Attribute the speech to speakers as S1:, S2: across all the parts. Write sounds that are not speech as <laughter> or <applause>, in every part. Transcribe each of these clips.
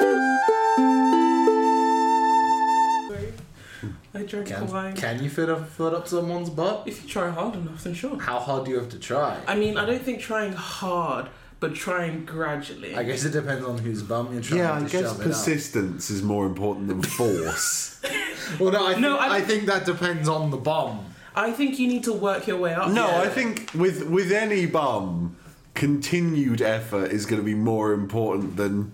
S1: like,
S2: Hmm. Can you fit up foot up someone's butt?
S1: if you try hard enough, then sure.
S2: How hard do you have to try?
S1: I mean, I don't think trying hard, but trying gradually.
S2: I guess it depends on whose bum you're trying
S3: Yeah,
S2: to
S3: I guess
S2: shove it up.
S3: persistence is more important than force.
S2: Well, no, I,
S1: No,
S2: think-
S1: I-
S2: I think that depends on the bum.
S1: I think you need to work your way up.
S3: <laughs> no, I think with with any bum, continued effort is going to be more important than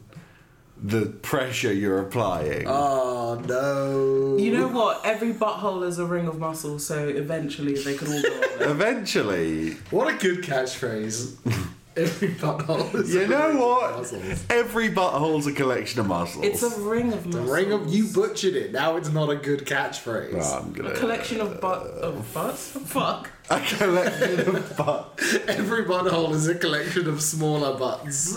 S3: the pressure you're applying. Ah,
S2: Oh no!
S1: You know what? Every butthole is a ring of muscle, so eventually they could all go
S2: <laughs>
S1: up there.
S3: Eventually,
S2: what a good catchphrase.
S3: <laughs>
S2: Every butthole is
S3: you
S2: a
S3: know
S2: ring
S3: what?
S2: of muscles.
S3: Every butthole's a collection of muscles.
S1: It's a ring of muscles.
S2: Ring of you butchered it. Now it's not a good catchphrase.
S3: Oh, I'm <laughs> gonna-
S1: A collection of butt of butts. Fuck.
S3: a collection of butts.
S2: <laughs> Every butthole is a collection of smaller butts.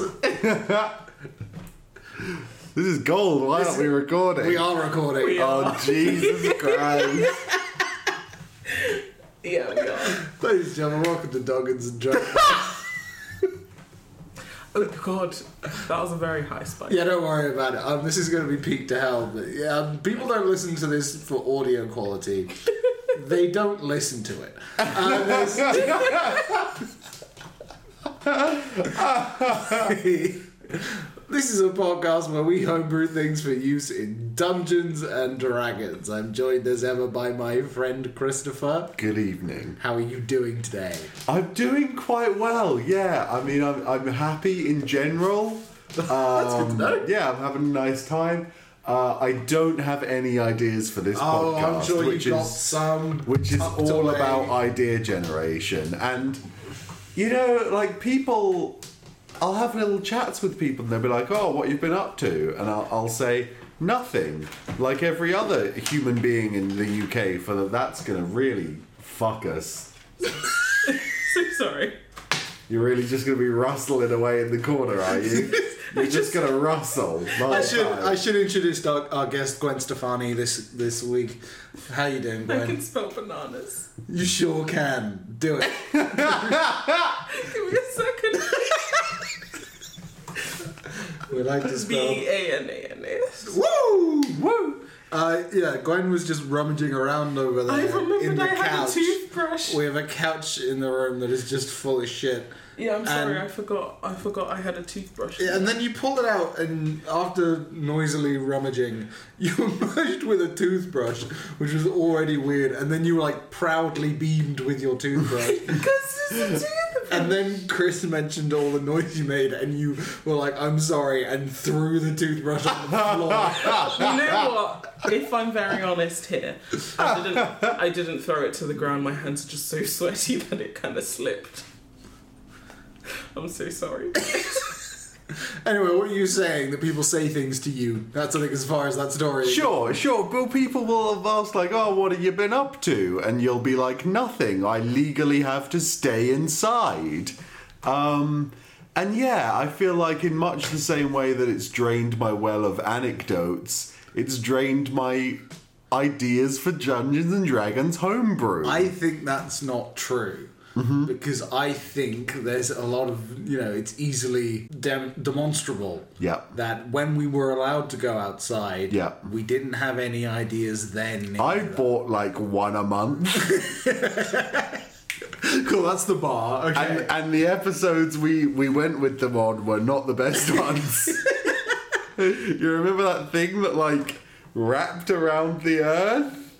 S3: This is gold. Why aren't we recording?
S2: We are recording.
S1: We are.
S3: Oh <laughs> Jesus Christ!
S1: Yeah, we are.
S2: Ladies and gentlemen, welcome to Doggins and Dragons.
S1: Oh god, that was a very high spike.
S2: yeah, don't worry about it. Um, this is going to be peak to hell. But yeah, um, people don't listen to this for audio quality. they don't listen to it. Uh, there's- <laughs> This is a podcast where we homebrew things for use in Dungeons and Dragons. I'm joined as ever by my friend Christopher.
S3: Good evening.
S2: How are you doing today?
S3: I'm doing quite well. Yeah, I mean, I'm I'm happy
S2: <laughs>
S3: in general. Um,
S2: know.
S3: Yeah, I'm having a nice time. Uh, I don't have any ideas for this
S2: Oh,
S3: podcast,
S2: I'm sure
S3: which
S2: you got
S3: is
S2: some.
S3: which is
S2: tucked
S3: all
S2: away.
S3: about idea generation. And, you know, like people, I'll have little chats with people and they'll be like, oh, what you've been up to? And I'll, I'll say, nothing. Like every other human being in the UK, for that, that's going to really fuck us.
S1: So sorry.
S3: You're really just going to be rustling away in the corner,
S2: <laughs>
S3: are you? You're just going to rustle.
S2: I should I should introduce our, our guest Gwen Stefani this this week. How you doing,
S1: I can
S2: Gwen?
S1: spell bananas.
S2: You sure can do
S1: <laughs>
S2: it.
S1: Give me a second.
S2: We like to <laughs> spell.
S1: B A N A N A.
S2: Woo woo. Uh, yeah, Gwen was just rummaging around over there
S1: I
S2: in
S1: remembered
S2: the
S1: I had a
S2: couch.
S1: toothbrush.
S2: we have a couch in the room that is just full of shit.
S1: Yeah, I'm sorry.
S2: And-
S1: I forgot. I forgot I had a toothbrush.
S2: Yeah, and then you pulled it out, and after noisily rummaging, <laughs> you emerged with a toothbrush, which was already weird. And then you like proudly beamed with
S1: <laughs>
S2: your toothbrush.
S1: Because it's a toothbrush.
S2: And then Chris mentioned all the noise you made, and you were like, "I'm sorry," and threw the toothbrush on the
S3: <laughs>
S2: floor.
S1: You know what? If I'm very honest here, I didn't. I didn't throw it to the ground. My hands are just so sweaty <laughs> that it kind of slipped. I'm so sorry.
S2: anyway, what are you saying? That people say things to you. That's I think as far as that story.
S3: Sure, sure. Well, people will have asked, like, oh, what have you been up to? And you'll be like, nothing. I legally have to stay inside. Um, and yeah, I feel like, in much the same way that it's drained my well of anecdotes, it's drained my ideas for Dungeons and Dragons homebrew.
S2: I think that's not true.
S3: Mm-hmm.
S2: Because I think there's a lot of, you know, it's easily dem- demonstrable
S3: Yeah.
S2: that when we were allowed to go outside,
S3: Yeah.
S2: we didn't have any ideas then.
S3: I bought like one a month,
S2: cool, that's the bar. Okay.
S3: and, and the episodes we, we went with them on were not
S2: <laughs>
S3: the best ones. you remember that thing that like wrapped around the earth?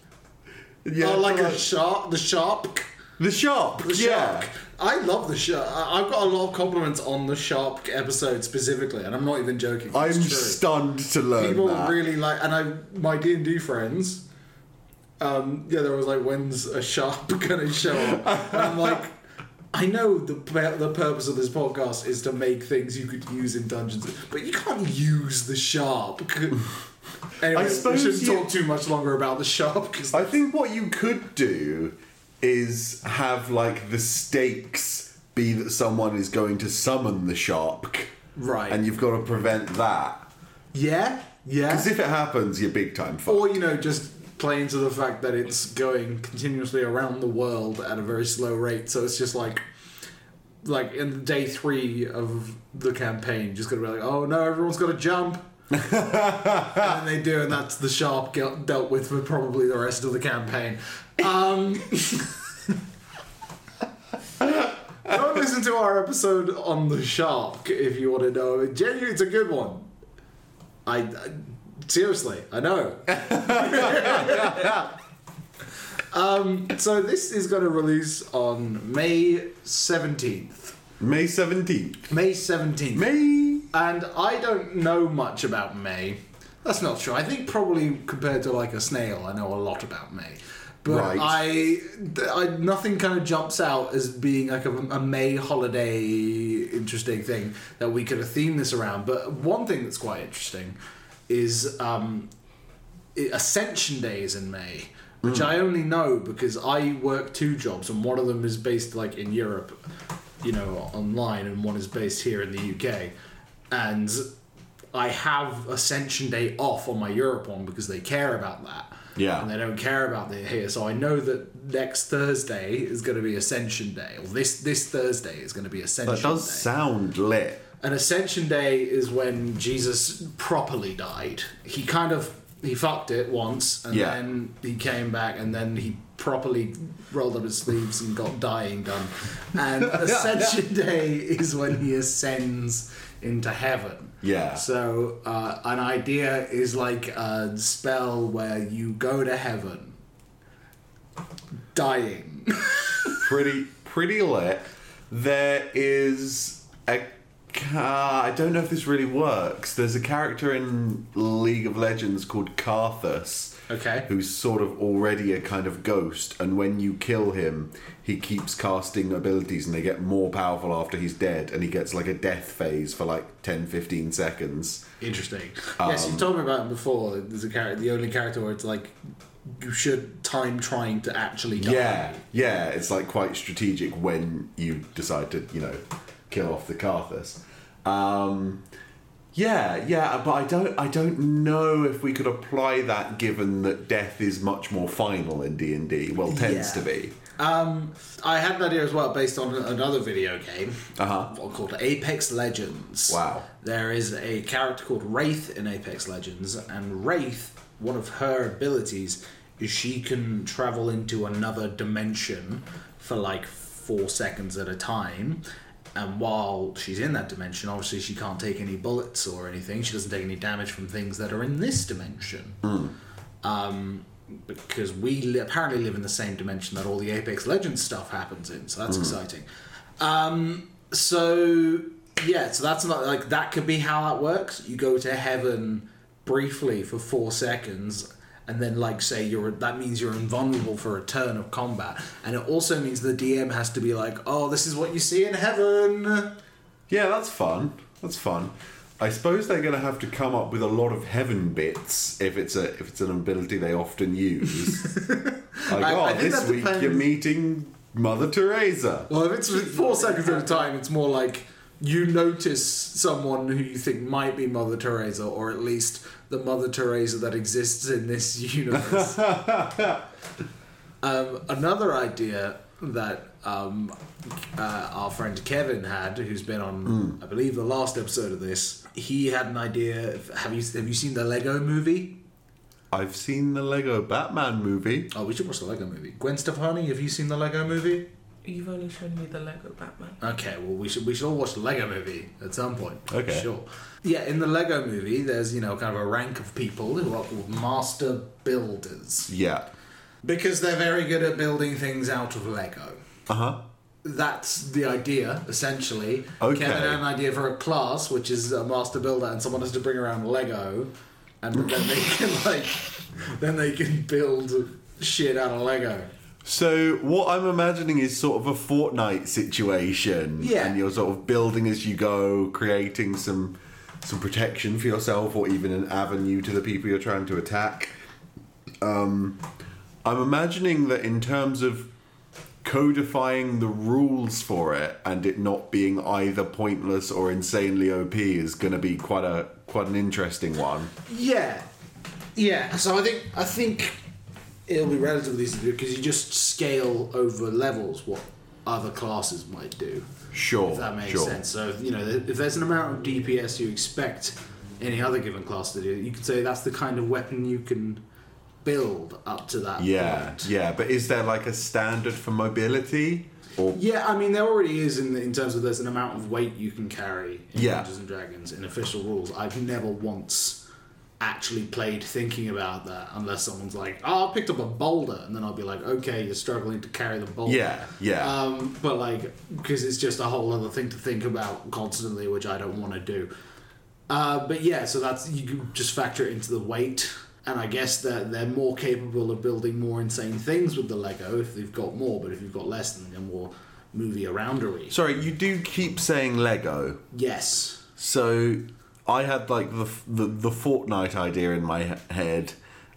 S3: Yeah,
S2: oh, like a sharp, the sharp.
S3: the shark.
S2: The
S3: yeah,
S2: Shark. I love the shark. I- I've got a lot of compliments on the shark episode specifically, and I'm not even joking. It's
S3: I'm
S2: true.
S3: stunned to learn
S2: People
S3: that.
S2: really like, and I my D and D friends. Um, yeah, there was like, when's a shark <laughs> gonna show up? And I'm like, I know the pu- the purpose of this podcast is to make things you could use in dungeons, but you can't use the sharp. <laughs> Anyway,
S3: I suppose
S2: we shouldn't
S3: you-
S2: talk too much longer about the sharp because
S3: I think what you could do is have like the stakes be that someone is going to summon the shark,
S2: Right.
S3: And you've got to prevent that.
S2: yeah, yeah.
S3: Because if it happens, you're big time fucked.
S2: Or, you know, just play into the fact that it's going continuously around the world at a very slow rate. So it's just like, like in day three of the campaign, just gonna be like, oh no, everyone's gotta jump. and then they do, and that's the sharp get dealt with for probably the rest of the campaign. Um, <laughs> don't listen to our episode on the shark if you want to know. Genuinely, it's a good one. I, I seriously, I know. um, so this is going to release on May seventeenth.
S3: May 17th.
S2: May seventeenth.
S3: May.
S2: And I don't know much about May. That's not true. I think probably compared to like a snail, I know a lot about May. But
S3: Right.
S2: I, th- I, nothing kind of jumps out as being like a, a May holiday interesting thing that we could have themed this around. But one thing that's quite interesting is um, i- Ascension Day is in May, which I only know because I work two jobs, and one of them is based like in Europe, you know, online, and one is based here in the UK, and I have Ascension Day off on my Europe one because they care about that.
S3: Yeah.
S2: And they don't care about it here, so I know that next Thursday is going to be Ascension Day, or this this Thursday is going to be Ascension
S3: That does
S2: Day.
S3: sound lit.
S2: An Ascension Day is when Jesus properly died. He kind of he fucked it once, and
S3: Yeah.
S2: then he came back, and then he properly rolled up his sleeves and got dying done.
S3: <laughs>
S2: And Ascension <laughs> Day is when he ascends into heaven.
S3: Yeah.
S2: So uh, an idea is like a spell where you go to heaven, dying.
S3: pretty pretty lit. There is a ca- I don't know if this really works. There's a character in League of Legends called Karthus.
S2: Okay.
S3: Who's sort of already a kind of ghost, and when you kill him, he keeps casting abilities and they get more powerful after he's dead, and he gets like a death phase for like 10 15 seconds.
S2: Interesting. yes, you told me about it before. There's a character, the only character where it's like you should time trying to actually die.
S3: Yeah, yeah, it's like quite strategic when you decide to, you know, kill off the Carthus. Um, yeah, yeah, but I don't, I don't know if we could apply that given that death is much more final in D and D. Well, tends
S2: Yeah.
S3: to be.
S2: Um, I had an idea as well based on another video game
S3: Uh-huh.
S2: what- called Apex Legends.
S3: Wow.
S2: There is a character called Wraith in Apex Legends, and Wraith, one of her abilities is she can travel into another dimension for like four seconds at a time. And while she's in that dimension, obviously she can't take any bullets or anything. She doesn't take any damage from things that are in this dimension Um, because we li- apparently live in the same dimension that all the Apex Legends stuff happens in, so that's exciting. Um, so yeah, so that's not like that could be how that works. You go to heaven briefly for four seconds, and then like say you're that means you're invulnerable for a turn of combat, and it also means the DM has to be like, oh, this is what you see in heaven.
S3: Yeah, that's fun. That's fun. I suppose they're going to have to come up with a lot of heaven bits if it's a if it's an ability they often use.
S2: <laughs>
S3: like,
S2: I-
S3: oh,
S2: I think
S3: this
S2: that
S3: week you're
S2: depends-
S3: meeting Mother Teresa.
S2: Well, if it's four seconds at a time, it's more like you notice someone who you think might be Mother Teresa, or at least the Mother Teresa that exists in this <laughs> universe. um, another idea that um, uh, our friend Kevin had, who's been on, I believe, the last episode of this, he had an idea. Of, have you have you seen the Lego Movie?
S3: I've seen the Lego Batman movie.
S2: Oh, we should watch the Lego Movie. Gwen Stefani, have you seen the Lego Movie?
S1: You've only shown me the Lego Batman.
S2: Okay, well we should we should all watch the Lego movie at some point.
S3: Okay.
S2: Sure. Yeah, in the Lego movie there's, you know, kind of a rank of people who are called master builders.
S3: Yeah.
S2: Because they're very good at building things out of Lego. Uh-huh.
S3: Uh huh.
S2: That's the idea, essentially.
S3: Okay.
S2: Kevin had an idea for a class which is a master builder and someone has to bring around Lego and then they can <laughs> like then they can build shit out of Lego.
S3: So what I'm imagining is sort of a Fortnite situation.
S2: Yeah.
S3: And you're sort of building as you go, creating some some protection for yourself or even an avenue to the people you're trying to attack. Um I'm imagining that in terms of codifying the rules for it and it not being either pointless or insanely OP is gonna be quite a quite an interesting one.
S2: Yeah, yeah. So I think I think it'll be relatively easy to do because you just scale over levels what other classes might do.
S3: Sure.
S2: If that makes
S3: sure.
S2: sense. So you know, if there's an amount of DPS you expect any other given class to do. You could say that's the kind of weapon you can build up to that
S3: Yeah,
S2: point.
S3: yeah, but is there like a standard for mobility? Or
S2: Yeah, I mean, there already is in, the, in terms of there's an amount of weight you can carry in
S3: Yeah.
S2: Dungeons and Dragons in official rules. I've never once actually played thinking about that unless someone's like, oh, I picked up a boulder. And then I'll be like, okay, you're struggling to carry the boulder.
S3: yeah, yeah,
S2: Um, but like, because it's just a whole other thing to think about constantly, which I don't want to do. Uh, but yeah, so that's you can just factor it into the weight, and I guess that they're more capable of building more insane things with the Lego if they've got more. But if you've got less, then they're more movie aroundery.
S3: Sorry, you do keep saying Lego.
S2: Yes.
S3: So I had like the the, the Fortnite idea in my he- head,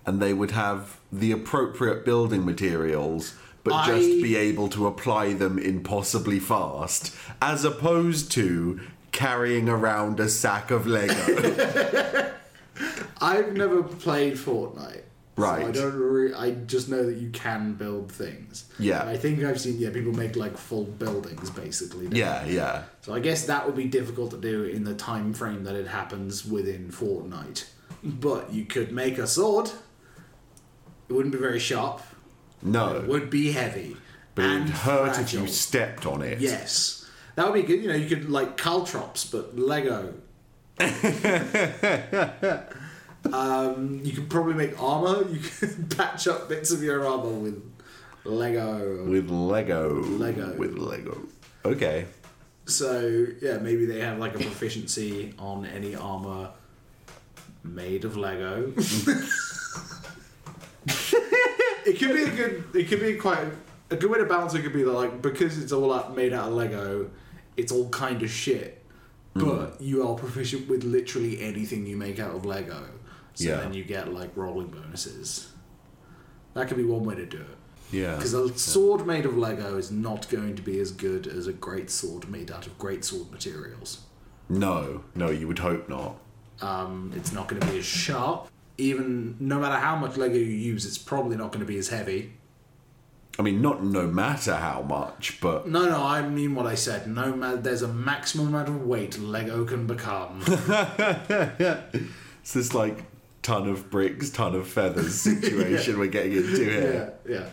S3: and they would have the appropriate building materials, but just
S2: I-
S3: be able to apply them impossibly fast, as opposed to carrying around a sack
S2: <laughs>
S3: of Lego.
S2: I've never played Fortnite.
S3: Right.
S2: So I don't. Re- I just know that you can build things.
S3: Yeah.
S2: I think I've seen. Yeah, people make like full buildings basically. don't
S3: yeah, yeah,
S2: So I guess that would be difficult to do in the time frame that it happens within Fortnite. But you could make a sword. It wouldn't be very sharp. It
S3: no,
S2: would be heavy.
S3: but
S2: and
S3: it'd hurt if
S2: fragile.
S3: you stepped on it.
S2: Yes. That would be good. You know, you could like caltrops, but
S3: <laughs>
S2: Lego. um, you could probably make armor. You could <laughs> patch up bits of your armor with Lego.
S3: With Lego.
S2: Lego.
S3: With Lego. Okay.
S2: So yeah, maybe they have like a proficiency on any armor made of Lego. <laughs> it could be a good. It could be quite a good way to balance. It could be that like because it's all out, made out of Lego, it's all kind of shit. But you are proficient with literally anything you make out of Lego, so
S3: Yeah.
S2: then you get like rolling bonuses. That could be one way to do it.
S3: Yeah.
S2: Because a sword made of Lego is not going to be as good as a great sword made out of great sword materials.
S3: No, no, you would hope not.
S2: Um, it's not going to be as sharp. Even no matter how much Lego you use, it's probably not going to be as heavy.
S3: I mean, not no matter how much, but
S2: No, no, I mean what I said. No, ma- there's a maximum amount of weight Lego can become.
S3: it's this like ton of bricks, ton
S2: <laughs>
S3: of feathers situation we're getting into
S2: yeah,
S3: here. <laughs>
S2: yeah.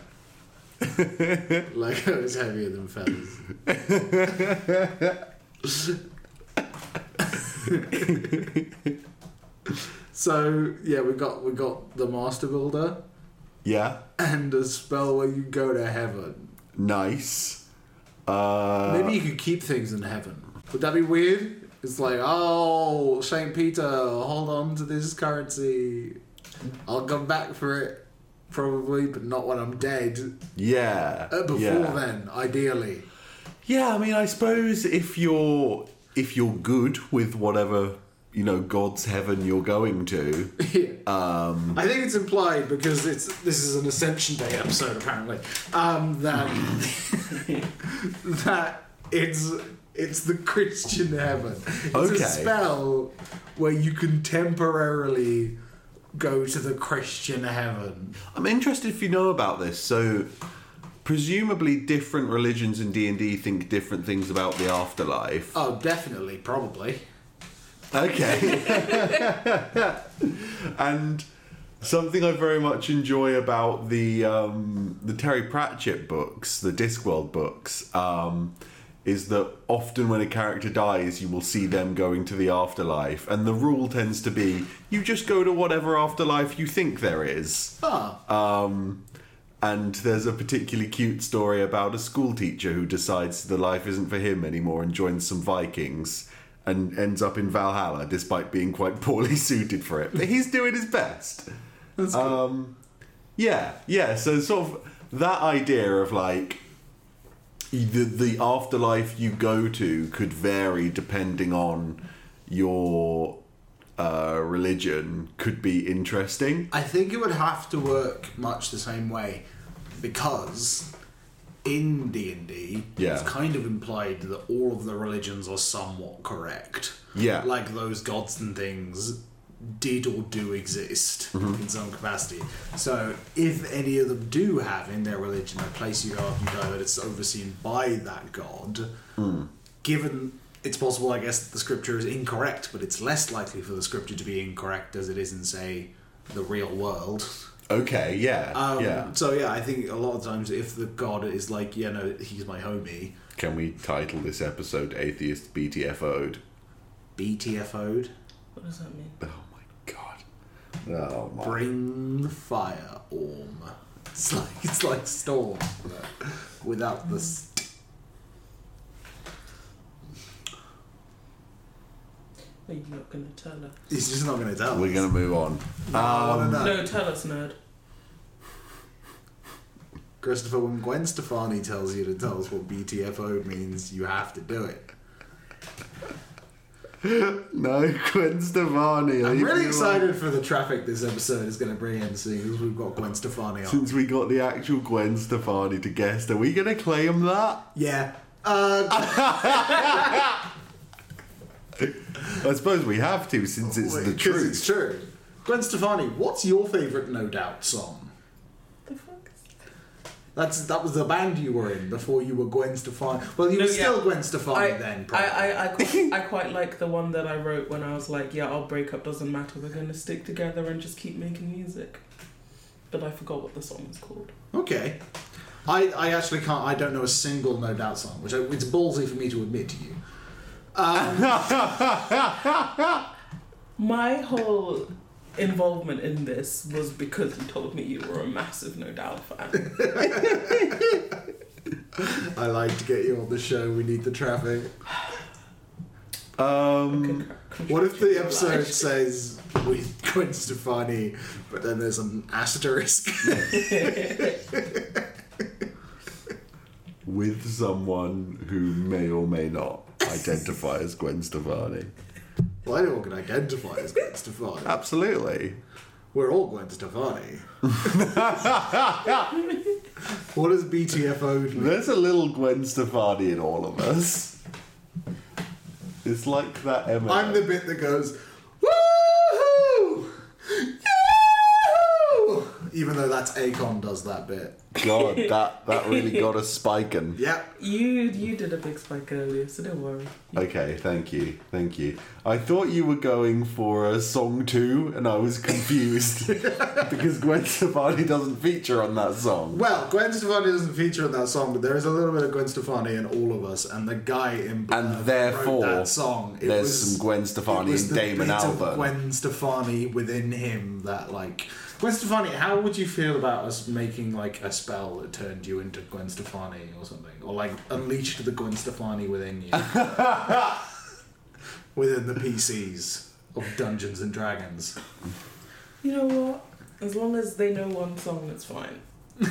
S2: Lego is heavier than feathers.
S3: <laughs>
S2: so yeah, we got we got the Master Builder
S3: Yeah,
S2: and a spell where you go to heaven.
S3: nice. Uh,
S2: Maybe you could keep things in heaven. Would that be weird? It's like, oh, Saint Peter, hold on to this currency. I'll come back for it, probably, but not when I'm dead.
S3: yeah,
S2: Uh, before
S3: yeah.
S2: then, ideally.
S3: Yeah, I mean, I suppose if you're if you're good with whatever you know, God's heaven you're going to.
S2: um, I think it's implied because it's this is an Ascension Day episode apparently um, that that it's it's the Christian heaven. It's
S3: Okay.
S2: a spell where you can temporarily go to the Christian heaven.
S3: I'm interested if you know about this. So, presumably, different religions in D and D think different things about the afterlife.
S2: Oh, definitely, probably.
S3: Okay. <laughs> and something I very much enjoy about the um, the Terry Pratchett books, the Discworld books, um, is that often when a character dies, you will see them going to the afterlife, and the rule tends to be you just go to whatever afterlife you think there is.
S2: Ah,
S3: Um, and there's a particularly cute story about a school teacher who decides the life isn't for him anymore and joins some Vikings and ends up in Valhalla despite being quite <laughs> poorly suited for it. But he's doing his best.
S2: that's cool.
S3: Um, yeah, yeah. So sort of that idea of like the the afterlife you go to could vary depending on your uh, religion could be interesting.
S2: I think it would have to work much the same way because in D&D
S3: Yeah.
S2: it's kind of implied that all of the religions are somewhat correct.
S3: Yeah.
S2: Like those gods and things did or do exist
S3: Mm-hmm.
S2: in some capacity. So if any of them do have in their
S3: Hmm.
S2: religion a place you go if you die that it's overseen by that god, given it's possible, I guess, that the scripture is incorrect, but it's less likely for the scripture to be incorrect as it is in, say, the real world.
S3: Okay, yeah,
S2: Um,
S3: yeah.
S2: So yeah, I think a lot of times if the god is like, yeah, no, he's my homie,
S3: Can we title this episode "Atheist BTFO'd"?
S2: BTFO'd,
S1: What does that mean?
S3: Oh my god! Oh my!
S2: bring the fire, Orm. <laughs> It's like it's like storm, but without the. St-
S1: Are you not going to tell us?
S2: he's just not going to tell.
S3: We're
S2: us.
S3: gonna move on.
S2: I wanna know.
S1: Um, No, tell us, nerd.
S2: Christopher, when Gwen Stefani tells you to tell us what BTFO means, you have to do it.
S3: No, Gwen Stefani.
S2: I'm
S3: leave me
S2: really
S3: alone.
S2: excited for the traffic this episode is going to bring in, seeing as we've got Gwen Stefani on.
S3: Since we got the actual Gwen Stefani to guest, are we gonna claim that?
S2: Yeah. Uh,
S3: I suppose we have to, since it's the
S2: 'cause
S3: truth.
S2: It's true. Gwen Stefani, what's your favourite No Doubt song?
S1: The fuck? is-
S2: That's that was the band you were in before you were Gwen Stefani. Well, you
S1: No,
S2: were
S1: yeah.
S2: still Gwen Stefani
S1: I,
S2: then.
S1: I,
S2: Probably.
S1: I, I, quite, I quite like the one that I wrote when I was like, yeah, our breakup doesn't matter. We're going to stick together and just keep making music. But I forgot what the song was called.
S2: Okay. I, I actually can't. I don't know a single No Doubt song, which I, it's ballsy for me to admit to you. Um,
S3: <laughs>
S1: My whole involvement in this was because you told me you were a massive No Doubt fan.
S2: I like to get you on the show. We need the traffic.
S3: Um,
S2: What
S1: <laughs>
S2: if the episode says with <laughs> Gwen Stefani, but then there's an asterisk? <laughs>
S3: with someone who may or may not identify as Gwen Stefani.
S2: well, anyone can identify as Gwen
S3: <laughs>
S2: Stefani.
S3: Absolutely.
S2: We're all Gwen Stefani. <laughs> what does BTFO mean?
S3: There's a little Gwen Stefani in all of us. It's like that Emma.
S2: I'm the bit that goes, woohoo! Yahoo! Even though that's Akon does that bit. <laughs>
S3: God, that, that really got us spiking.
S2: Yep.
S1: You you did a big spike earlier, so don't worry.
S3: Okay, thank you, thank you. I thought you were going for a song two, and I
S2: <laughs>
S3: was confused because Gwen Stefani doesn't feature on that song.
S2: Well, Gwen Stefani doesn't feature in that song, but there is a little bit of Gwen Stefani in all of us, and the guy in Blur
S3: And
S2: who
S3: therefore,
S2: wrote that song. It
S3: There's
S2: was,
S3: some Gwen Stefani
S2: it was
S3: and
S2: the
S3: Damon
S2: bit of
S3: Albarn.
S2: Gwen Stefani within him that like. Gwen Stefani, how would you feel about us making like a spell that turned you into Gwen Stefani or something, or like unleashed the Gwen Stefani within
S3: <laughs>
S2: you, within the PCs of Dungeons and Dragons?
S1: You know what? As long as they know one song, it's fine.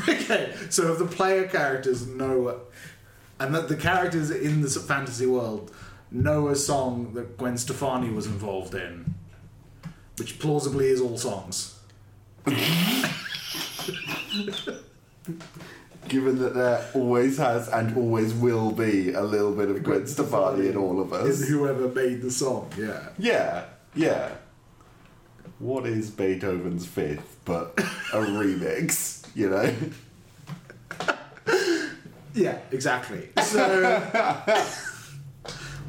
S2: Okay, so if the player characters know, and that the characters in this fantasy world know a song that Gwen Stefani was involved in, which plausibly is all songs.
S3: Given that there always has and always will be a little bit of Gwen Stefani in all of
S2: Is
S3: us.
S2: whoever made the song, yeah.
S3: Yeah, yeah. What is Beethoven's Fifth but a remix? You know.
S2: Yeah, exactly. <laughs> So.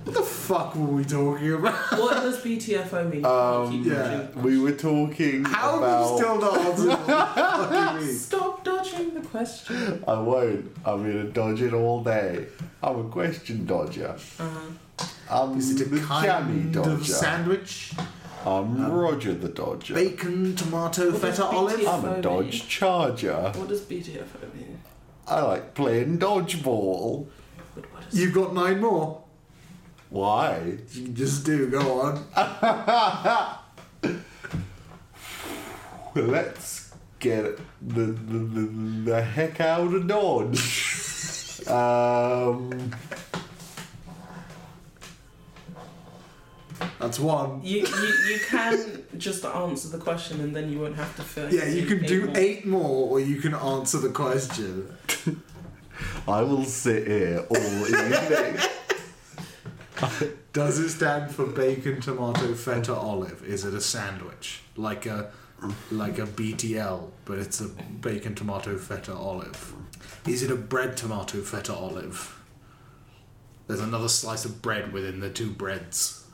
S2: what the fuck were we talking about?
S1: What does BTFO mean? Keep
S2: Um, yeah.
S1: watching.
S3: We were talking
S2: How
S3: about.
S2: have you still not answered what the <laughs> fuck you mean?
S1: Stop dodging the question.
S3: I won't. I'm gonna dodge it all day. I'm a question dodger. I'm
S2: Uh-huh. Is it
S3: the
S2: a
S3: jammy
S2: kind
S3: dodger.
S2: of Um, sandwich?
S3: I'm Roger the Dodger.
S2: Bacon, tomato,
S1: What does
S2: feta, olive?
S1: BTS
S3: I'm a Dodge Charger.
S1: What does BTFO mean?
S3: I like playing dodgeball.
S1: But what is
S2: You've got nine more.
S3: Why?
S2: You can just do, go on.
S3: Let's get the the, the, the heck out of Dodge. <laughs> um,
S2: That's one.
S1: you, you you can just answer the question and then you won't have to fill.
S2: Yeah, you can do
S1: more.
S2: eight more, or you can answer the question.
S3: I will sit here all evening.
S2: Does it stand for bacon, tomato, feta, olive? Is it a sandwich, like a like a BTL, but it's a bacon, tomato, feta, olive? Is it a bread, tomato, feta, olive? There's another slice of bread within the two breads,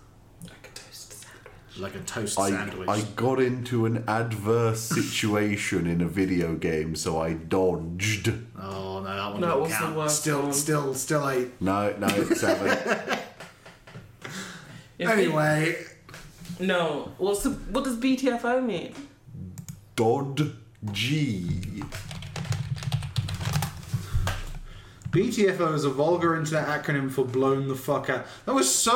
S1: Like a toast sandwich.
S2: like a toast
S3: I,
S2: sandwich.
S3: I got into an
S2: <laughs>
S3: adverse situation in a video game, so I dodged.
S2: Oh no, that one
S1: No,
S2: didn't
S1: what's the
S2: count.
S1: worst
S2: still,
S1: one?
S2: still, still eight.
S3: No, no,
S2: <laughs>
S3: it's seven.
S1: If
S2: anyway,
S1: it- no. What's the, what does BTFO mean?
S3: Dodgy.
S2: BTFO is a vulgar internet acronym for blown the fuck out. That was so.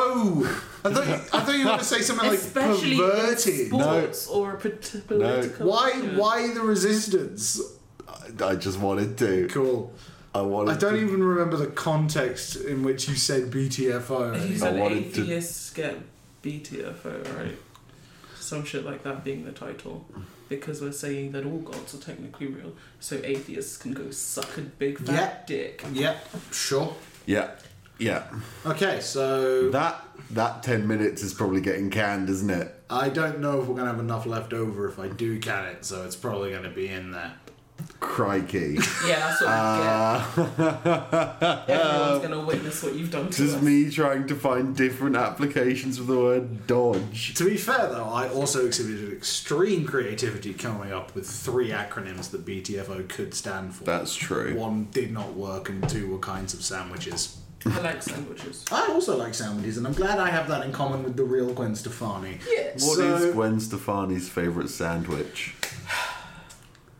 S2: I thought you, I thought you were going to say something like
S1: Especially in
S2: perverted.
S1: sports or a pat- political.
S2: Why?
S1: Yeah.
S2: Why the resistance?
S3: I, I just wanted to.
S2: Cool.
S3: I wanted.
S2: I don't
S3: to,
S2: even remember the context in which you said BTFO.
S1: He's
S3: I
S1: an
S3: wanted to-
S1: atheist get BTFO, right? Some shit like that being the title. Because we're saying that all gods are technically real, so atheists can go suck a big fat
S2: Yeah.
S1: dick.
S2: yep. Sure.
S3: Yeah, yeah.
S2: Okay, so
S3: That that ten minutes is probably getting canned, isn't it?
S2: I don't know if we're gonna have enough left over if I do can it, so it's probably gonna be in there. <laughs>
S3: Crikey.
S1: Yeah, that's what I get. Everyone's gonna witness what you've done to
S3: Ah. Just
S1: us.
S3: me trying to find different applications for the word dodge.
S2: To be fair, though, I also exhibited extreme creativity coming up with three acronyms that BTFO could stand for.
S3: That's true.
S2: One did not work, and two were kinds of sandwiches.
S1: I like sandwiches.
S2: I also like sandwiches, and I'm glad I have that in common with the real Gwen Stefani.
S1: Yeah.
S3: What is
S2: So-
S3: Gwen Stefani's favourite sandwich?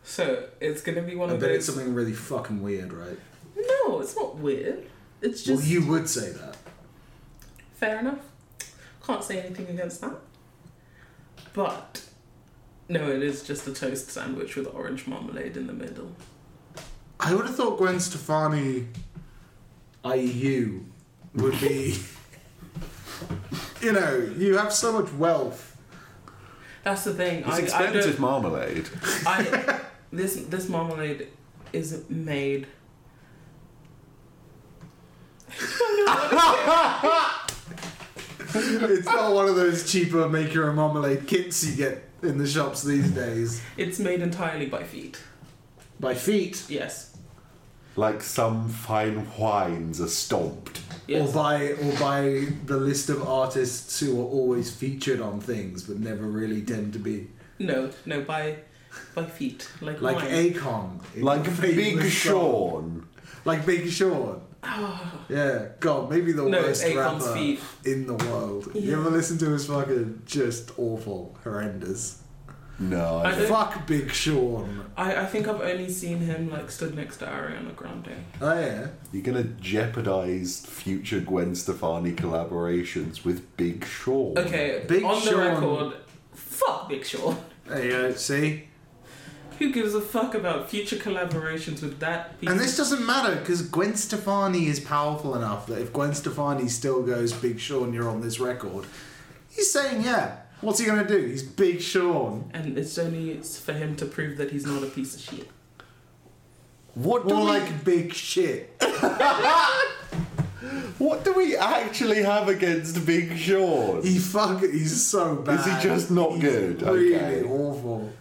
S1: So it's gonna be one
S2: I
S1: of
S2: bet it's
S1: those.
S2: something really fucking weird, right?
S1: No, it's not weird. It's just
S2: well, you would say that.
S1: fair enough. Can't say anything against that. But no, it is just a toast sandwich with orange marmalade in the middle.
S2: I would have thought Gwen Stefani, IU, would be. <laughs> you know, you have so much wealth.
S1: That's the thing.
S3: It's
S1: I,
S3: expensive marmalade.
S1: I don't. I this this marmalade isn't made.
S2: It's not one of those cheaper make your own marmalade kits you get in the shops these days.
S1: It's made entirely by feet.
S2: By feet,
S1: Yes.
S3: Like some fine wines are stomped.
S1: Yes.
S2: or by or by the list of artists who are always featured on things but never really tend to be.
S1: No, no, by by feet, like
S2: Like
S1: wine.
S2: Akon. in
S3: Like
S2: the
S3: Big
S2: famous song.
S3: Sean.
S2: Like Big Sean.
S1: <sighs>
S2: Yeah, God, maybe the
S1: No,
S2: worst
S1: Akon's
S2: rapper
S1: feet.
S2: in the world.
S1: Yeah.
S2: You ever listen to his fucking just awful, horrendous?
S3: No.
S1: I don't-
S2: Fuck Big Sean.
S1: I, I think I've only seen him like stood next to Ariana Grande.
S2: Oh yeah.
S3: You're gonna jeopardize future Gwen Stefani collaborations with Big Sean.
S1: Okay,
S2: Big
S1: on the
S2: Sean-
S1: record, fuck Big Sean. <laughs>
S2: There you go. See,
S1: Who gives a fuck about future collaborations with that? Piece
S2: and this doesn't matter because Gwen Stefani is powerful enough that if Gwen Stefani still goes, Big Sean, you're on this record. He's saying yeah. What's he gonna do? He's Big Sean.
S1: and it's only for him to prove that he's not a piece of shit.
S3: What do
S2: More
S3: we,
S2: like big shit.
S3: What do we actually have against Big Sean?
S2: He fuck. He's so bad.
S3: Is he just not
S2: He's
S3: good?
S2: Really
S3: Okay.
S2: awful.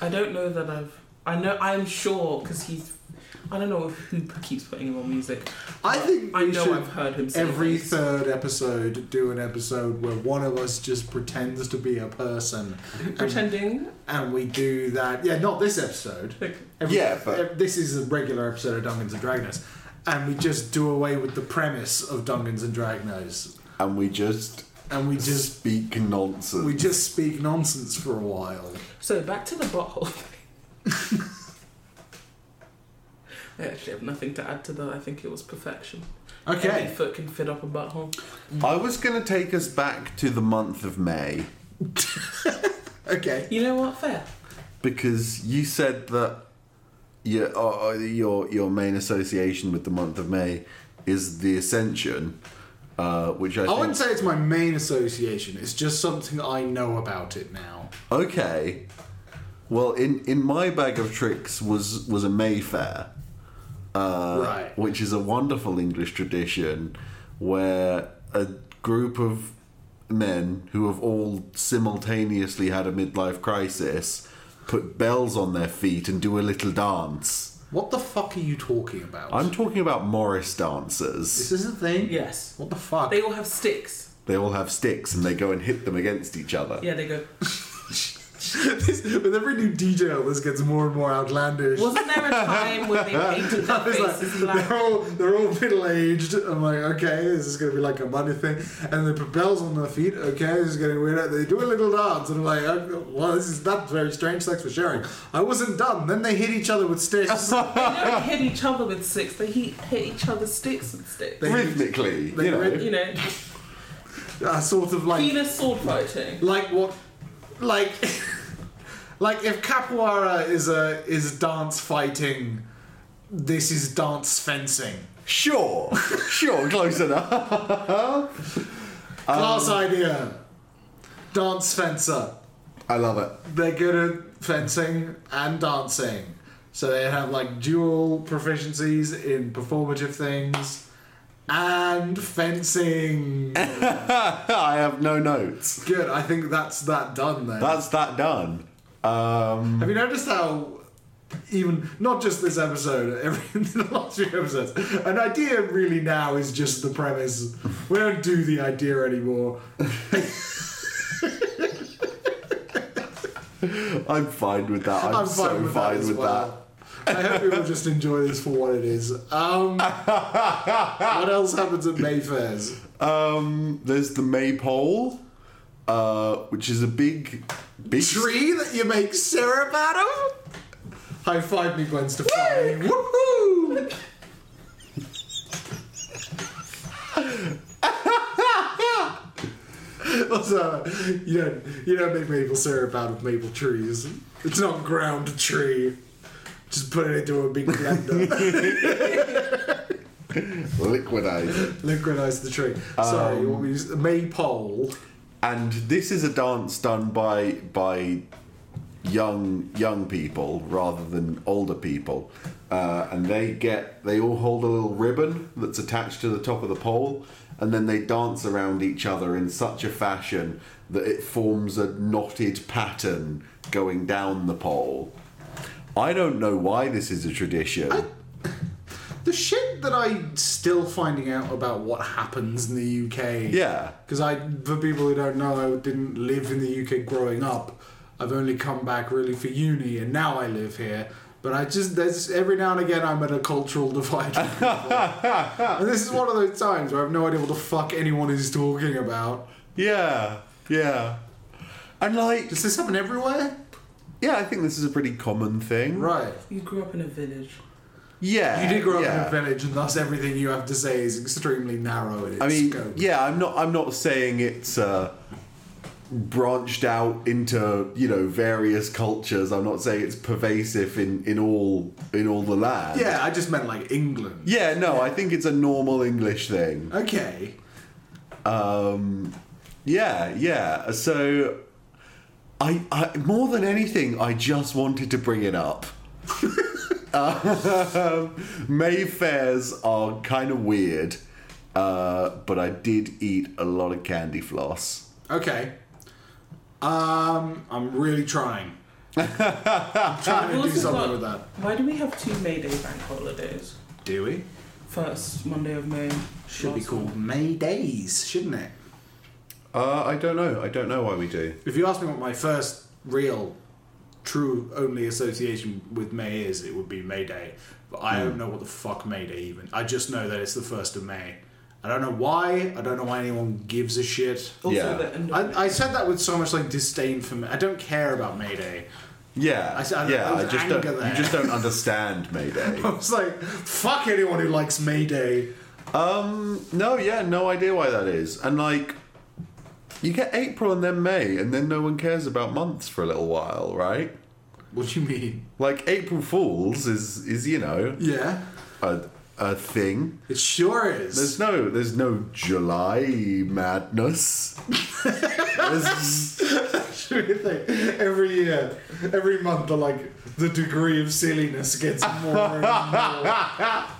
S1: I don't know that I've. I know. I'm sure because he's. I don't know who keeps putting him on music.
S2: I think
S1: I
S2: we
S1: know
S2: should
S1: I've heard him say
S2: every
S1: things.
S2: third episode do an episode where one of us just pretends to be a person, and,
S1: pretending.
S2: and we do that. Yeah, not this episode.
S1: Like,
S2: Every-
S3: Yeah, but-
S2: ev- this is a regular episode of Dungeons and Dragons, and we just do away with the premise of Dungeons and Dragons,
S3: And we just
S2: and we just
S3: speak nonsense.
S2: we just speak nonsense for a while.
S1: so back to the butthole. thing. <laughs> I actually have nothing to add to that. I think it was perfection. Every
S2: Okay,
S1: foot can fit up a butthole.
S3: I was gonna take us back to the month of May
S2: okay.
S1: You know what? Fair.
S3: because you said that your uh, uh, your your main association with the month of May is the Ascension, uh, which I,
S2: I
S3: think,
S2: wouldn't say it's my main association. It's just something I know about it now.
S3: Okay. Well, in, in my bag of tricks was was a Mayfair, Uh,
S2: right.
S3: which is a wonderful English tradition where a group of men who have all simultaneously had a midlife crisis put bells on their feet and do a little dance.
S2: What the fuck are you talking about?
S3: I'm talking about Morris dancers.
S2: This is a thing.
S1: Yes.
S2: What the fuck?
S1: They all have sticks.
S3: They all have sticks and they go and hit them against each other.
S1: Yeah, they go.
S2: This- with every new detail, this gets more and more outlandish.
S1: Wasn't there a time when
S2: <laughs>
S1: they painted their
S2: I was like,
S1: faces black?
S2: <laughs> they're all they're all middle aged. I'm like, okay, this is gonna be like a money thing. And the propels on their feet. Okay, this is getting weird. They do a little dance, and I'm like, oh, well, this is not very strange. Thanks for sharing. I wasn't done. Then they hit each other with sticks.
S1: They don't hit each other with sticks. They hit, hit each other's sticks with sticks.
S2: They-
S3: Rhythmically,
S2: they
S3: you know.
S2: rhyth-
S1: You
S2: <laughs>
S1: know,
S2: uh, sort of like
S1: penis sword fighting.
S2: like what like <laughs> like if capoeira is a is dance fighting this is dance fencing <laughs>
S3: Sure, sure, close enough.
S2: class idea dance fencer
S3: I love it.
S2: they're good at fencing and dancing so they have like dual proficiencies in performative things and fencing
S3: I have no notes.
S2: good i think that's that done then
S3: That's that done. Um,
S2: Have you noticed how even not just this episode, <laughs> every the last few episodes, an idea really now is just the premise. We don't do the idea anymore.
S3: I'm fine with that. I'm,
S2: I'm,
S3: so
S2: fine with that.
S3: fine
S2: As
S3: with
S2: well. I hope people just enjoy this for what it is.
S3: <laughs>
S2: Um, what else happens at Mayfairs?
S3: that. Um, there's the maypole, uh, which is a big, big
S2: Tree that you make syrup out of? High five me, Gwen Stefani. Woohoo! <laughs> also, you don't, you don't make maple syrup out of maple trees. It's not ground a tree. Just put it into a big blender.
S3: liquidizer.
S2: Liquidize the tree. Sorry, what we use, maypole.
S3: and this is a dance done by by young young people rather than older people uh, and they get they all hold a little ribbon that's attached to the top of the pole and then they dance around each other in such a fashion that it forms a knotted pattern going down the pole i don't know why this is a tradition
S2: The shit that I'm still finding out about what happens in the UK.
S3: yeah
S2: Because I, for people who don't know, I didn't live in the UK growing up. I've only come back really for uni, and now I live here. But I just there's every now and again I'm at a cultural divide, with people. and this is one of those times where I have no idea what the fuck anyone is talking about.
S3: yeah yeah and like
S2: Does this happen everywhere?
S3: yeah i think this is a pretty common thing
S2: Right.
S1: You grew up in a village.
S3: yeah
S2: You did grow up
S3: yeah.
S2: in a village, and thus everything you have to say is extremely narrow in its
S3: I mean,
S2: scope.
S3: yeah, I'm not. I'm not saying it's uh, branched out into you know various cultures. I'm not saying it's pervasive in in all in all the land.
S2: Yeah, I just meant like England.
S3: Yeah, no, I think it's a normal English thing.
S2: Okay.
S3: Um, yeah, yeah. So, I, I more than anything, I just wanted to bring it up. um, Mayfairs are kind of weird, uh, but I did eat a lot of candy floss.
S2: Okay. Um, I'm really
S3: <laughs>
S2: trying. I'm
S1: I've
S2: trying to do
S1: also
S2: something
S1: got-
S2: with that.
S1: Why do we have two May Day bank holidays?
S2: Do we?
S1: First Monday of May.
S2: Should be
S1: last
S2: called May Days, shouldn't it?
S3: Uh, I don't know. I don't know why we do.
S2: If you ask me what my first real, true, only association with May is, it would be May Day. But I don't know what the fuck May Day even. I just know that it's the first of May. I don't know why. I don't know why anyone gives a shit.
S1: Also
S3: Yeah.
S1: the end of
S2: I, I said that with so much like disdain for me. I don't care about May Day. <laughs>
S3: Yeah,
S2: I s- I-
S3: yeah. I
S2: there's
S3: just don't.
S2: anger there.
S3: You just don't understand Mayday.
S2: I was like, fuck anyone who likes May Day.
S3: um, no, yeah, no idea why that is. And like, you get April and then May, and then no one cares about months for a little while, right?
S2: What do you mean?
S3: Like April Fools is is you know
S2: Yeah.
S3: a a thing.
S2: It sure is. <laughs>
S3: There's no there's no July madness. <laughs> There's-
S2: every year, every month, the, like the degree of silliness gets more and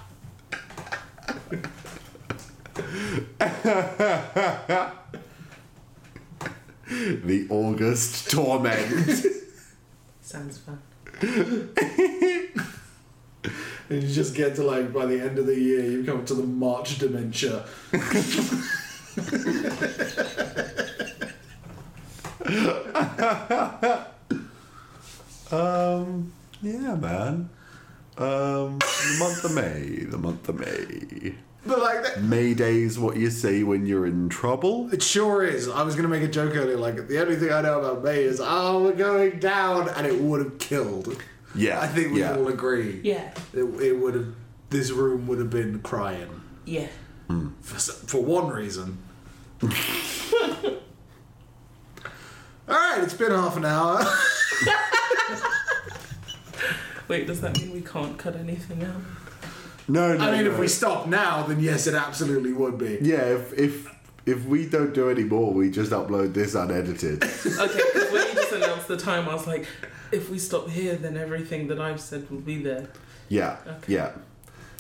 S2: <laughs> more.
S3: the August torment.
S1: Sounds fun.
S2: And you just get to like by the end of the year, you come to the March dementia.
S3: Um, yeah, man. Um, the month of May, the month of May.
S2: But like, that,
S3: May Day's what you say when you're in trouble.
S2: it sure is. I was gonna make a joke earlier. Like the only thing I know about May is oh, we're going down, and it would have killed.
S3: Yeah,
S2: I think we
S3: yeah.
S2: all agree.
S1: Yeah.
S2: it, it would have. This room would have been crying
S1: Yeah.
S2: for, s- for one reason. <laughs> all right, it's been half an hour. <laughs>
S1: Wait, does that mean we can't cut anything out?
S3: No, no.
S2: I mean,
S3: no.
S2: if we stop now, then yes, it absolutely would be.
S3: yeah, if if if we don't do any more, we just upload
S2: <laughs>
S3: this unedited.
S1: Okay, 'cause when you just announced the time, I was like, if we stop here, then everything that I've said will be there.
S3: Yeah,
S1: Okay.
S3: yeah.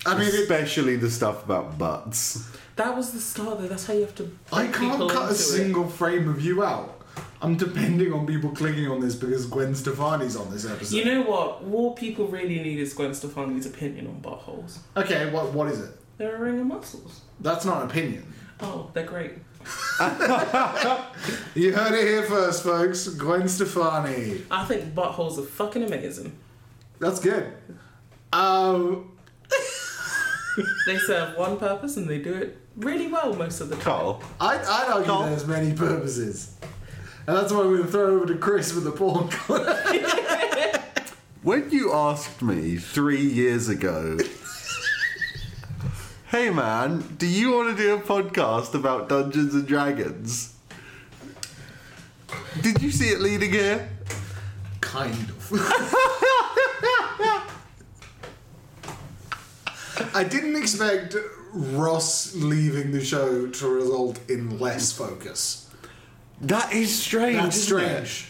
S2: I mean, it,
S3: especially the stuff about butts.
S1: That was the start, though. That's how you have to.
S2: I
S1: bring
S2: can't
S1: people
S2: cut
S1: into
S2: a
S1: it.
S2: single frame of you out. I'm depending on people clicking on this because Gwen Stefani's on this episode.
S1: You know what? What people really need is Gwen Stefani's opinion on buttholes.
S2: okay, what what is it?
S1: They're a ring of muscles.
S2: That's not an opinion.
S1: Oh, they're great.
S2: You heard it here first, folks. Gwen Stefani.
S1: I think buttholes are fucking amazing.
S2: That's good. Um,
S1: They serve one purpose and they do it really well most of the time.
S3: Carl.
S2: I, I'd argue
S3: Carl?
S2: there's many purposes. And that's why we're going to throw over to Chris with the porn clip.
S3: When you asked me three years ago, hey man, do you want to do a podcast about Dungeons and Dragons? Did you see it leading here?
S2: Kind of. I didn't expect Ross leaving the show to result in less focus.
S3: That is strange.
S2: That's
S3: isn't it?
S2: strange.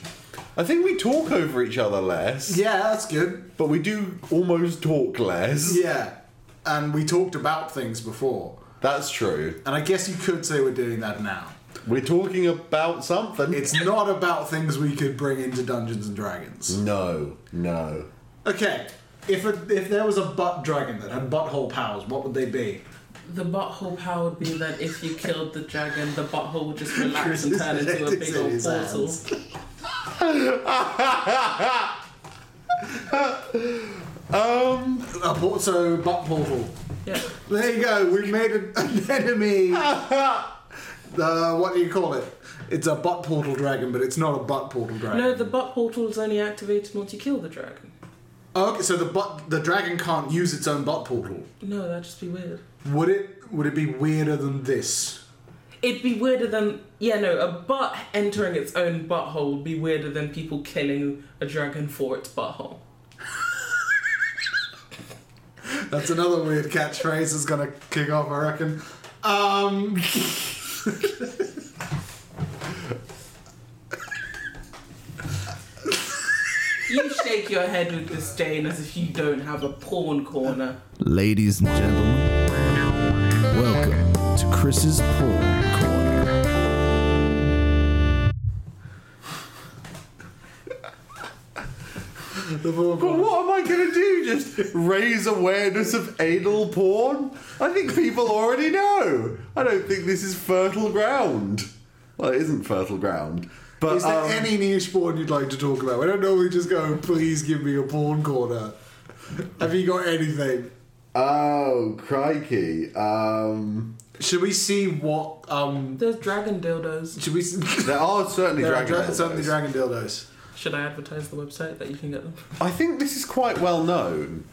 S3: I think we talk over each other less,
S2: Yeah, that's good.
S3: but we do almost talk less.
S2: Yeah. And we talked about things before.
S3: That's true.
S2: And I guess you could say we're doing that now.
S3: We're talking about something.
S2: It's not about things we could bring into Dungeons and Dragons.
S3: no, no.
S2: Okay. If, a, if there was a butt dragon that had butthole powers, what would they be?
S1: The butthole power would be that if you killed the dragon, the butthole would just relax
S2: Chris
S1: and
S2: is
S1: turn into a
S2: letting
S1: big
S2: it in
S1: old
S2: his
S1: portal.
S2: hands. <laughs>
S3: Um,
S2: A port, so butt portal.
S1: Yeah.
S2: There you go. We made an, <laughs> an enemy. uh, what do you call it? It's a butt portal dragon, but it's not a butt portal dragon.
S1: No, the butt portal is only activated once you kill the dragon.
S2: Oh, okay, so the butt the dragon can't use its own butt portal.
S1: No, that'd just be weird.
S2: Would it? Would it be weirder than this?
S1: It'd be weirder than yeah, no, a butt entering its own butthole would be weirder than people killing a dragon for its butthole.
S2: That's another weird catchphrase that's gonna kick off, I reckon. Um,
S1: You shake your head with disdain as if you don't have a porn corner.
S4: Ladies and gentlemen, welcome to Chris's Porn Corner.
S2: the four-
S3: But what am I gonna do? Just raise awareness of anal porn? I think people already know. I don't think this is fertile ground. Well, it isn't fertile ground. But
S2: Is there
S3: um,
S2: any niche porn you'd like to talk about? We don't normally just go, please give me a porn corner. Have you got anything?
S3: Oh crikey! Um,
S2: Should we see what? um
S1: There's dragon dildos.
S2: Should we? <laughs> See,
S3: there are certainly
S2: there are
S3: dragon.
S2: dra-
S3: dildos.
S2: certainly dragon dildos.
S1: Should I advertise the website that you can get them?
S3: I think this is quite well known,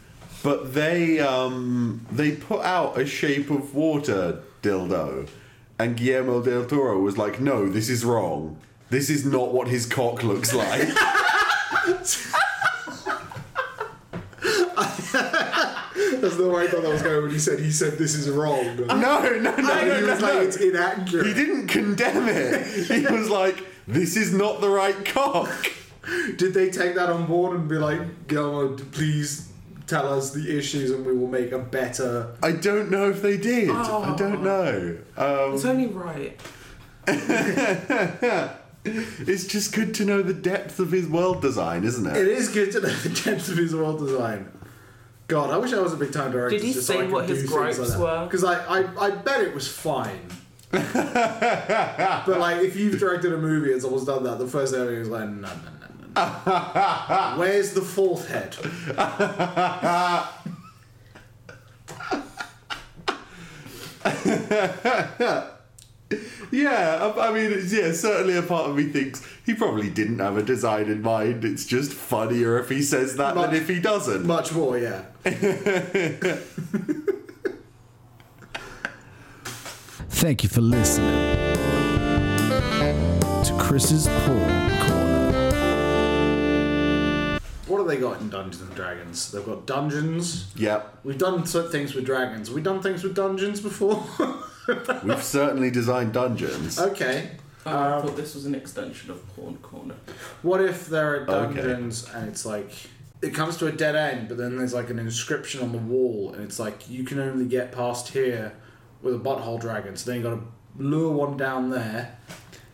S3: but they um, they put out a Shape of Water dildo, and Guillermo del Toro was like, "No, this is wrong. This is not what his cock looks like."
S2: That's the way I thought that was going when he said he said this is
S3: <laughs>
S2: wrong.
S3: No,
S2: <laughs>
S3: no, no,
S2: he
S3: no, no,
S2: was like,
S3: no.
S2: it's inaccurate.
S3: He didn't condemn it.
S2: <laughs>
S3: He was like, "This is not the right cock."
S2: Did they take that on board and be like, Gilmo, please tell us the issues and we will make a better.
S3: I don't know if they did. I don't
S2: Oh.
S3: know. Um,
S1: It's only right.
S3: it's just good to know the depth of his world design, isn't
S2: It
S3: it?
S2: is good to know the depth of his world design. God, I wish I was a big time director.
S1: Did he
S2: just so
S1: say
S2: I could
S1: what
S2: do
S1: his
S2: things
S1: gripes
S2: like
S1: were?
S2: Because I, I, I bet it was fine. but like, if you've directed a movie and someone's done that, the first thing I was like, no, no, no, no, no. Where's the fourth head?
S3: Yeah, I I mean, it's, yeah, certainly a part of me thinks he probably didn't have a design in mind. It's just funnier if he says that
S2: Much-
S3: than if he doesn't.
S2: Much more, yeah.
S4: Thank you for listening to Chris's Porn Corner.
S2: What have they got in Dungeons and Dragons? They've got dungeons.
S3: Yep,
S2: We've done so- things with dragons. We've done things with dungeons before. <laughs>
S3: we've certainly designed dungeons.
S2: okay.
S1: Oh, I thought this was an extension of Porn Corner.
S2: What if there are
S3: Okay.
S2: dungeons and it's like it comes to a dead end, but then there's like an inscription on the wall, and it's like you can only get past here with a butthole dragon. So then you got to lure one down there,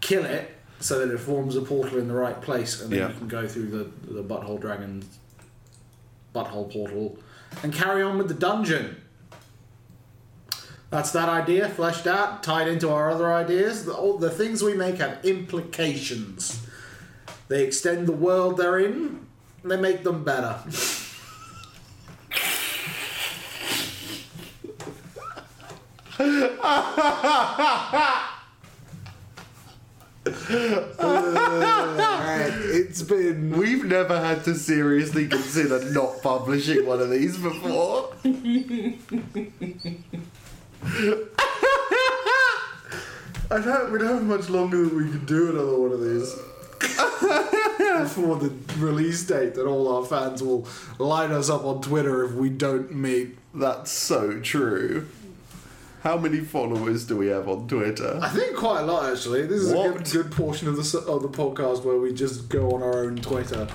S2: kill it, so that it forms a portal in the right place, and then
S3: Yeah.
S2: you can go through the the butthole dragon's butthole portal, and carry on with the dungeon. That's that idea fleshed out, tied into our other ideas. The, all, the things we make have implications. They extend the world they're in, and they make them better. Alright, it's been.
S3: We've never had to seriously consider not publishing one of these before.
S2: I don't, we don't have much longer that we can do another one of these. <laughs> Before the release date, that all our fans will line us up on Twitter if we don't meet.
S3: That's so true. How many followers do we have on Twitter?
S2: I think quite a lot actually. This is a
S3: What?
S2: good, good portion of the s- of the podcast where we just go on our own Twitter.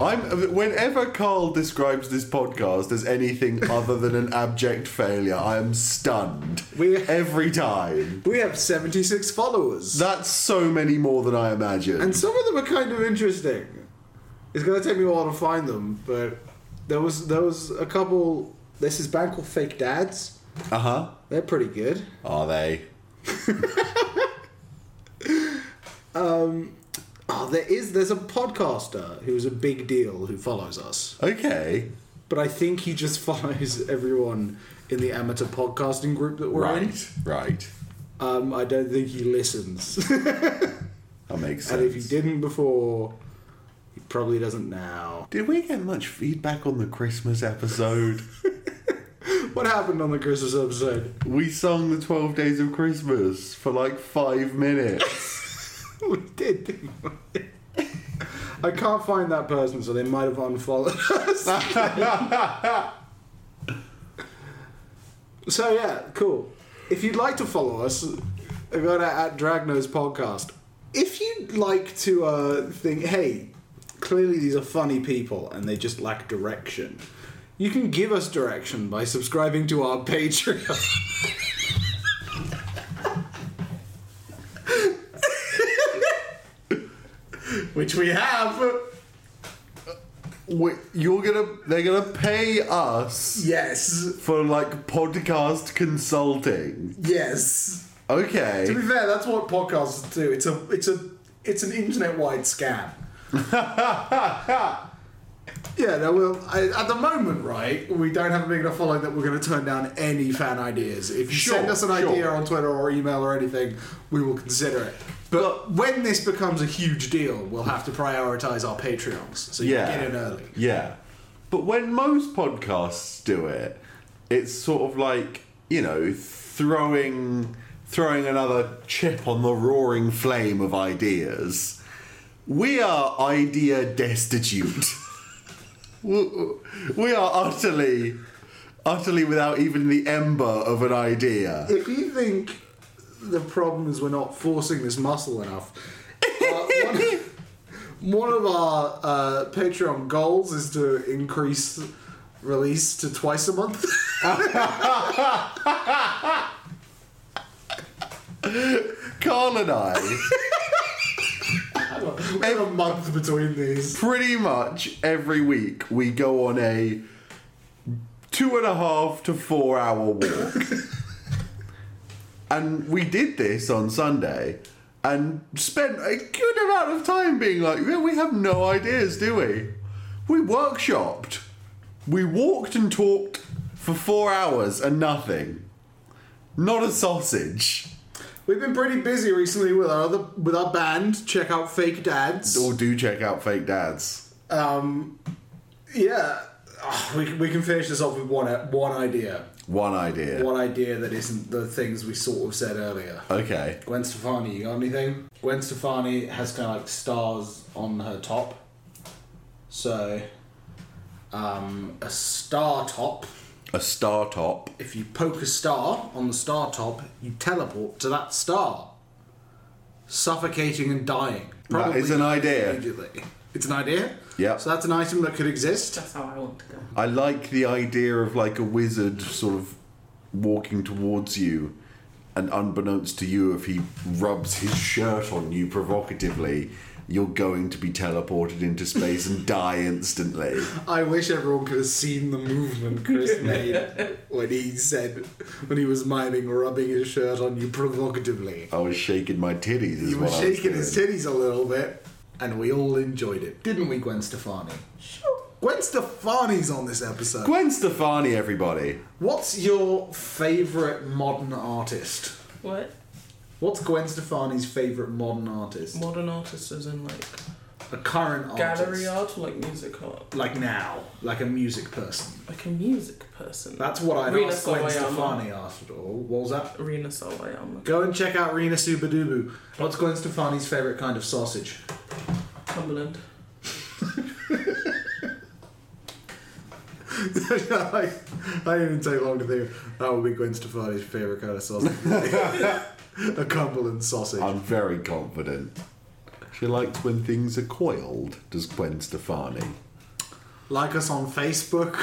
S3: I'm whenever Carl describes this podcast as anything other than an abject failure, I am stunned.
S2: We-
S3: every time.
S2: We have seventy six followers,
S3: That's so many more than I imagined.
S2: and some of them are kind of interesting. It's gonna take me a while to find them, but there was there was a couple. This is band called Fake Dads.
S3: uh huh.
S2: They're pretty good.
S3: Are they?
S2: Oh, there is. There's a podcaster who's a big deal who follows us,
S3: Okay.
S2: but I think he just <laughs> follows everyone in the amateur podcasting group that we're in.
S3: Right. Right.
S2: Um, I don't think he
S3: <laughs>
S2: listens,
S3: That makes sense.
S2: and if he didn't before, he probably doesn't now.
S3: Did we get much feedback on the Christmas episode?
S2: What happened on the Christmas episode?
S3: we sung the 12 Days of Christmas for like five minutes.
S2: we did. didn't we? <laughs> I can't find that person, so they might have unfollowed us. <laughs> so yeah, cool. If you'd like to follow us, go to at Dragnos Podcast. If you'd like to uh, think, hey, clearly these are funny people and they just lack direction. You can give us direction by subscribing to our <laughs> Patreon. Which we have.
S3: we, you're gonna, they're gonna pay us
S2: Yes.
S3: for like podcast consulting.
S2: Yes. To be
S3: Okay.
S2: fair, that's what podcasts do. It's a it's a it's an internet wide
S3: <laughs>
S2: scam. yeah, no, well, I, at the moment, right, we don't have a big enough following that we're going to turn down any fan ideas. If you
S3: Sure,
S2: send us an
S3: sure.
S2: idea on Twitter or email or anything, we will consider it. But when this becomes a huge deal, we'll have to prioritize our Patreons. So you
S3: Yeah.
S2: get in early.
S3: Yeah. But when most podcasts do it, it's sort of like, you know, throwing throwing another chip on the roaring flame of ideas. We are idea destitute. <laughs> W- we are utterly utterly without even the ember of an idea.
S2: if you think the problem is we're not forcing this muscle enough, uh, one, one of our uh, Patreon goals is to increase release to twice a month. <laughs>
S3: Carl and I
S2: we have a month between these.
S3: pretty much every week we go on a two and a half to four hour walk. and we did this on Sunday and spent a good amount of time being like, yeah, we have no ideas, do we? We workshopped. We walked and talked for four hours and nothing. Not a sausage.
S2: We've been pretty busy recently with our other with our band. Check out Fake Dads. Um,
S3: Or do check out Fake Dads.
S2: Yeah, Ugh, we, we can finish this off with one one idea.
S3: One idea.
S2: One idea that isn't the things we sort of said earlier.
S3: Okay.
S2: Gwen Stefani, you got anything? Gwen Stefani has kind of like stars on her top. So, um, a star top.
S3: A star top.
S2: If you poke a star on the star top, you teleport to that star, suffocating and dying.
S3: That is an idea.
S2: Immediately. It's an idea?
S3: Yeah.
S2: So that's an item that could exist.
S1: That's how I want to go.
S3: I like the idea of like a wizard sort of walking towards you, and unbeknownst to you, if he rubs his shirt on you provocatively, you're going to be teleported into space and die instantly.
S2: I wish everyone could have seen the movement
S3: <laughs>
S2: Chris made when he said, when he was miming rubbing his shirt on you provocatively.
S3: I was shaking my titties. Is
S2: He
S3: what
S2: was
S3: I was
S2: shaking his
S3: doing.
S2: titties a little bit, and we all enjoyed it, didn't we, Gwen Stefani? Sure. Gwen Stefani's on this episode.
S3: Gwen Stefani, everybody.
S2: What's your favourite modern artist?
S1: What?
S2: What's Gwen Stefani's favourite modern artist?
S1: Modern artists as in like
S2: A current artist.
S1: gallery art or like music art?
S2: Like now, like a music person.
S1: Like a music person.
S2: That's what I'd
S1: Rina
S2: ask Gwen
S1: Sawayama.
S2: Stefani after all. What was that?
S1: Rina Sawayama.
S2: Go and check out Rena Subadubu. What's Gwen Stefani's favourite kind of sausage?
S1: Cumberland.
S2: <laughs> I, I didn't even take long to think. That would be Gwen Stefani's favourite kind of
S3: <laughs>
S2: sausage. A Cumberland sausage.
S3: I'm very confident. She likes when things are coiled. Does Gwen Stefani?
S2: like us on Facebook.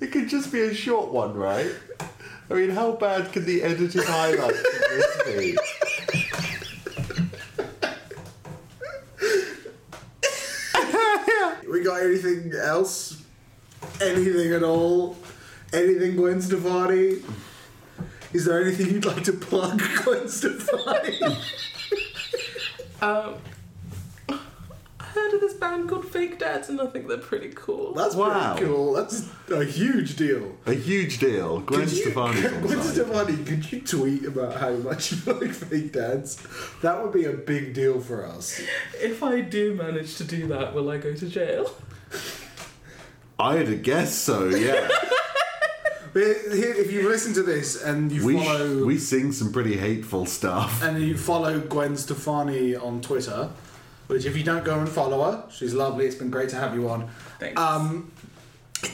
S3: It could just be a short one, right? I mean, how bad can the edited highlights of this be?
S2: we got anything else? Anything at all? Anything Gwen Stefani? Is there anything you'd like to plug, <laughs> Gwen Stefani?
S1: Um, I heard of this band called Fake Dads and I think they're pretty cool.
S2: That's
S3: Wow.
S2: pretty cool. That's a huge deal.
S3: A huge deal. Gwen
S2: Could you-
S3: Stefani's
S2: <laughs>
S3: on
S2: Gwen
S3: side.
S2: Stefani, could you tweet about how much you like fake dads? That would be a big deal for us.
S1: If I do manage to do that, will I go to jail?
S3: I'd guess
S2: <laughs>
S3: so, yeah.
S2: But here- if you listen to this and you
S3: we, sh-
S2: follow
S3: we sing some pretty hateful stuff.
S2: and you follow Gwen Stefani on Twitter, which if you don't go and follow her, she's lovely. It's been great to have you on.
S1: Thanks.
S2: Um,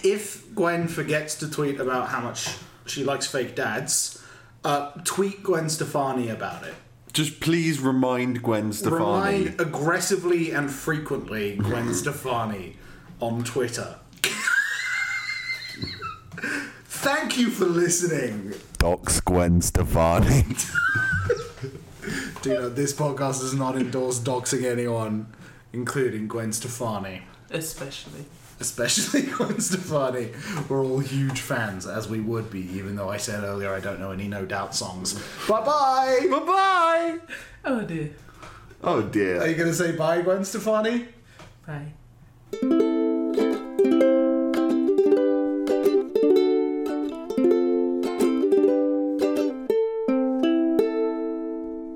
S2: if Gwen forgets to tweet about how much she likes fake dads, uh, tweet Gwen Stefani about it.
S3: Just please remind Gwen Stefani.
S2: Remind aggressively and frequently
S3: <laughs>
S2: Gwen Stefani on Twitter. <laughs> Thank you for listening.
S3: Docs Gwen Stefani. <laughs>
S2: Do you know this podcast does not endorse doxing anyone, including Gwen Stefani.
S1: Especially.
S2: Especially <laughs> Gwen Stefani. We're all huge fans, as we would be, even though I said earlier I don't know any No Doubt songs. Bye bye!
S3: bye bye!
S1: Oh dear.
S3: Oh
S2: Are
S3: dear.
S2: you going to say bye, Gwen Stefani?
S1: Bye.